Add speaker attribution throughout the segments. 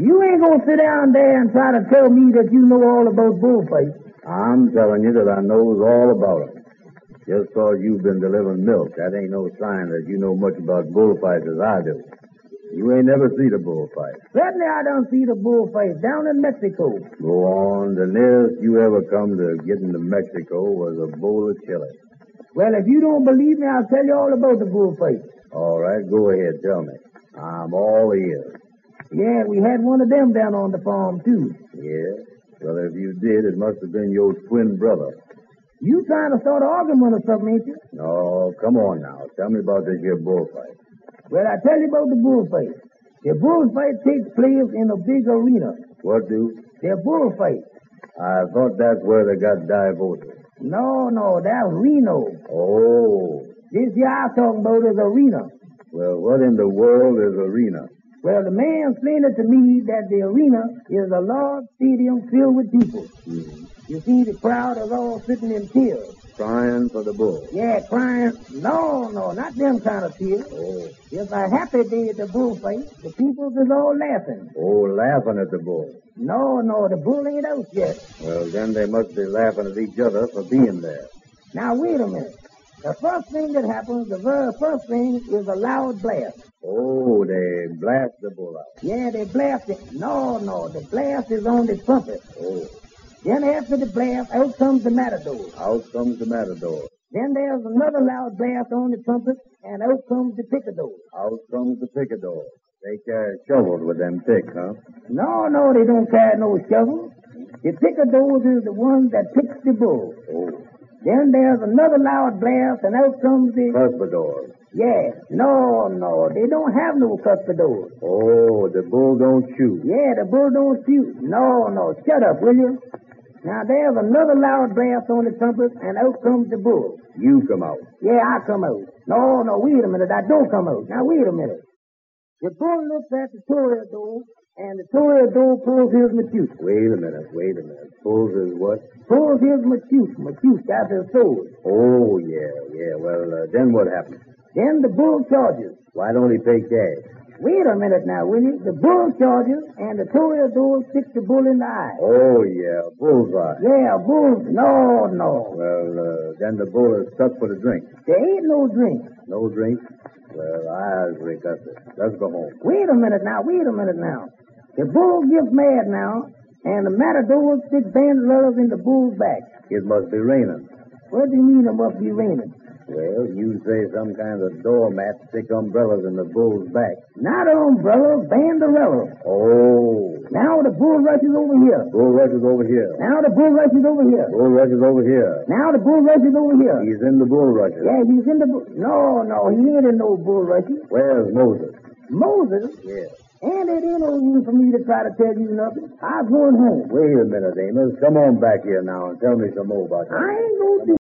Speaker 1: You ain't gonna sit down there and try to tell me that you know all about bullfights.
Speaker 2: I'm telling you that I knows all about 'em. Just 'cause you've been delivering milk, that ain't no sign that you know much about bullfights as I do. You ain't never seen a bullfight.
Speaker 1: Certainly I done see the bullfights down in Mexico.
Speaker 2: Go on, the nearest you ever come to getting to Mexico was a bowl of chili.
Speaker 1: Well, if you don't believe me, I'll tell you all about the bullfights.
Speaker 2: All right, go ahead, tell me. I'm all ears.
Speaker 1: Yeah, we had one of them down on the farm, too.
Speaker 2: Yeah? Well, if you did, it must have been your twin brother.
Speaker 1: You trying to start an argument or something, ain't you?
Speaker 2: Oh, come on now. Tell me about this here bullfight.
Speaker 1: Well, I tell you about the bullfight. The bullfight takes place in a big arena.
Speaker 2: What do?
Speaker 1: The bullfight.
Speaker 2: I thought that's where they got divorced.
Speaker 1: No, no, that's Reno.
Speaker 2: Oh.
Speaker 1: This here I'm talking about is arena.
Speaker 2: Well, what in the world is arena?
Speaker 1: Well, the man explained it to me that the arena is a large stadium filled with people. You see, the crowd is all sitting in tears.
Speaker 2: Trying for the bull.
Speaker 1: Yeah, crying. No, no, not them kind of tears.
Speaker 2: Oh.
Speaker 1: It's a happy day at the bullfight. The people is all laughing.
Speaker 2: Oh, laughing at the bull.
Speaker 1: No, no, the bull ain't out yet.
Speaker 2: Well, then they must be laughing at each other for being there.
Speaker 1: Now, wait a minute. The first thing that happens, the very first thing, is a loud blast.
Speaker 2: Oh, they blast the bull out.
Speaker 1: Yeah, they blast it. No, no, the blast is on the trumpet.
Speaker 2: Oh.
Speaker 1: Then after the blast, out comes the matador.
Speaker 2: Out comes the matador.
Speaker 1: Then there's another loud blast on the trumpet, and out comes the picador.
Speaker 2: Out comes the picador. They carry shovels with them picks, huh?
Speaker 1: No, no, they don't carry no shovel. The picadors is the one that picks the bull.
Speaker 2: Oh.
Speaker 1: Then there's another loud blast, and out comes the...
Speaker 2: Cuspidors.
Speaker 1: Yeah, no, no, they don't have no cuspidors.
Speaker 2: Oh, the bull don't shoot.
Speaker 1: Yeah, the bull don't shoot. No, no, shut up, will you? Now there's another loud blast on the trumpet, and out comes the bull.
Speaker 2: You come out.
Speaker 1: Yeah, I come out. No, no, wait a minute. I don't come out. Now, wait a minute. The bull looks at the toreador, and the toreador pulls his machute.
Speaker 2: Wait a minute, wait a minute. Bulls is what?
Speaker 1: Pulls his machute. Machute, that's his sword.
Speaker 2: Oh, yeah, yeah. Well, uh, then what happens?
Speaker 1: Then the bull charges.
Speaker 2: Why don't he pay cash?
Speaker 1: Wait a minute now, will you? The bull charges, and the toreador sticks the bull in the eye.
Speaker 2: Oh, yeah, bullseye.
Speaker 1: Yeah, bull. No, no.
Speaker 2: Well, uh, then the bull is stuck for the drink.
Speaker 1: There ain't no drink.
Speaker 2: No drink? Well, I agree, that's it. Let's go home.
Speaker 1: Wait a minute now. Wait a minute now. The bull gets mad now, and the matador sticks band letters in the bull's back.
Speaker 2: It must be raining.
Speaker 1: What do you mean it must be raining?
Speaker 2: Well, you say some kind of doormat stick umbrellas in the bull's back.
Speaker 1: Not on, brother. Banderella.
Speaker 2: Oh.
Speaker 1: Now the bull rushes over here.
Speaker 2: Bull rushes over here.
Speaker 1: Now the bull rushes over here.
Speaker 2: Bull rushes over here.
Speaker 1: Now the bull rushes over here.
Speaker 2: He's in the bull rushes.
Speaker 1: Yeah, he's in the bull. No, no, he ain't in no bull rushes.
Speaker 2: Where's Moses?
Speaker 1: Moses,
Speaker 2: Yeah.
Speaker 1: and it ain't no use for me to try to tell you nothing. I'm going home.
Speaker 2: Wait a minute, Amos. Come on back here now and tell me some more about
Speaker 1: I
Speaker 2: that.
Speaker 1: ain't gonna do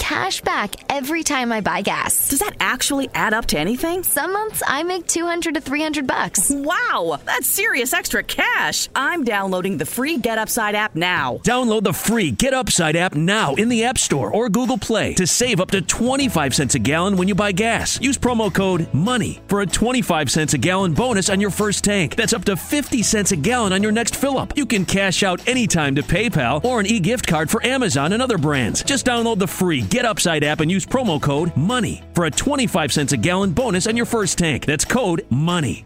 Speaker 3: cash back every time I buy gas.
Speaker 4: Does that actually add up to anything?
Speaker 3: Some months I make 200 to 300 bucks.
Speaker 4: Wow, that's serious extra cash. I'm downloading the free GetUpside app now.
Speaker 5: Download the free Get Upside app now in the App Store or Google Play to save up to 25 cents a gallon when you buy gas. Use promo code MONEY for a 25 cents a gallon bonus on your first tank. That's up to 50 cents a gallon on your next fill up. You can cash out anytime to PayPal or an e gift card for Amazon and other brands. Just download the free Get Upside app and use promo code MONEY for a 25 cents a gallon bonus on your first tank. That's code MONEY.